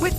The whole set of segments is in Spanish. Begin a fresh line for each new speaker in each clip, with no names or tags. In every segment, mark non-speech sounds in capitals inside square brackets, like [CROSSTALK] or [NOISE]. With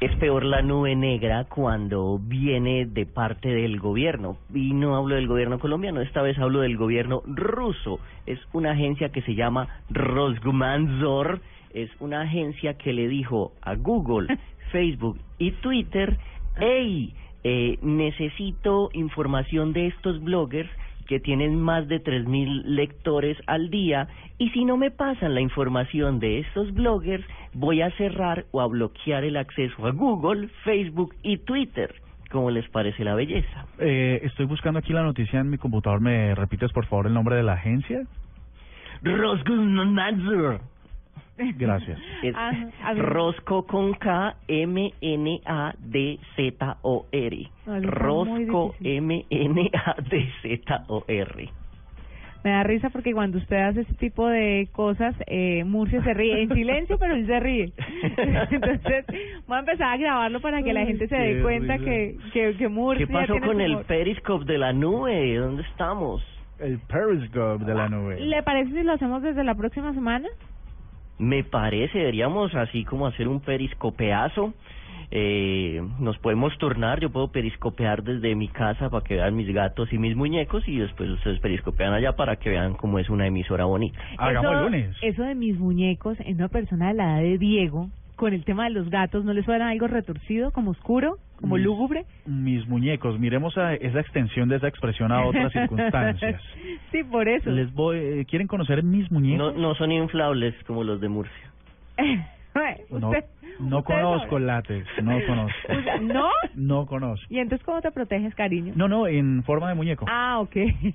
Es peor la nube negra cuando viene de parte del gobierno. Y no hablo del gobierno colombiano, esta vez hablo del gobierno ruso. Es una agencia que se llama Rosgumanzor. Es una agencia que le dijo a Google, Facebook y Twitter, hey, eh, necesito información de estos bloggers que tienen más de 3.000 lectores al día y si no me pasan la información de estos bloggers, voy a cerrar o a bloquear el acceso a Google, Facebook y Twitter. ¿Cómo les parece la belleza?
Eh, estoy buscando aquí la noticia en mi computador. ¿Me repites, por favor, el nombre de la agencia?
Rosgumanzor.
Gracias.
Es
Ah, a ver.
Rosco con K M N A D Z O R.
No, eso está muy
Rosco
difícil.
M N A D Z O R.
Me da risa porque cuando usted hace este tipo de cosas, eh, Murcia se ríe en silencio, pero él se
[LAUGHS]
ríe. Entonces, voy a empezar a grabarlo para que la gente se
qué
dé cuenta
risa.
que, que, que Murcia.
¿Qué pasó
tiene
con
su
el
humor.
Periscope de la nube? ¿Dónde estamos?
[LAUGHS] El Periscope de la nube.
¿Le parece si lo hacemos desde la próxima semana?
Me parece, deberíamos así como hacer un periscopeazo. Eh, nos podemos turnar, yo puedo periscopear desde mi casa para que vean mis gatos y mis muñecos y después ustedes periscopean allá para que vean cómo es una emisora bonita.
Hagamos
eso,
el lunes.
Eso de mis muñecos en una persona de la edad de Diego, con el tema de los gatos, ¿no le suena algo retorcido, como oscuro, como
Mm.
lúgubre?
Mis muñecos, miremos a esa extensión de esa expresión a
[LAUGHS]
otras circunstancias.
sí, por eso. [LAUGHS]
Les voy, eh, ¿Quieren conocer mis
No,
muñecos?
no son inflables como los de Murcia.
No,
Usted-
no
usted
conozco
sabe.
látex, no conozco.
Usted- ¿No?
No conozco.
¿Y entonces cómo te proteges, cariño?
No, no, en forma de muñeco.
Ah, ok.